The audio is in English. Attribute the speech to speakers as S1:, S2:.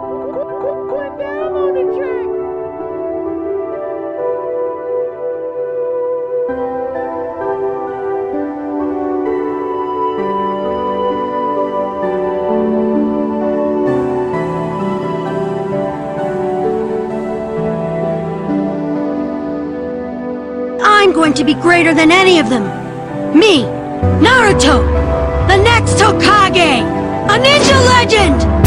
S1: Going down on the track.
S2: I'm going to be greater than any of them. Me, Naruto, the next Hokage, a ninja legend!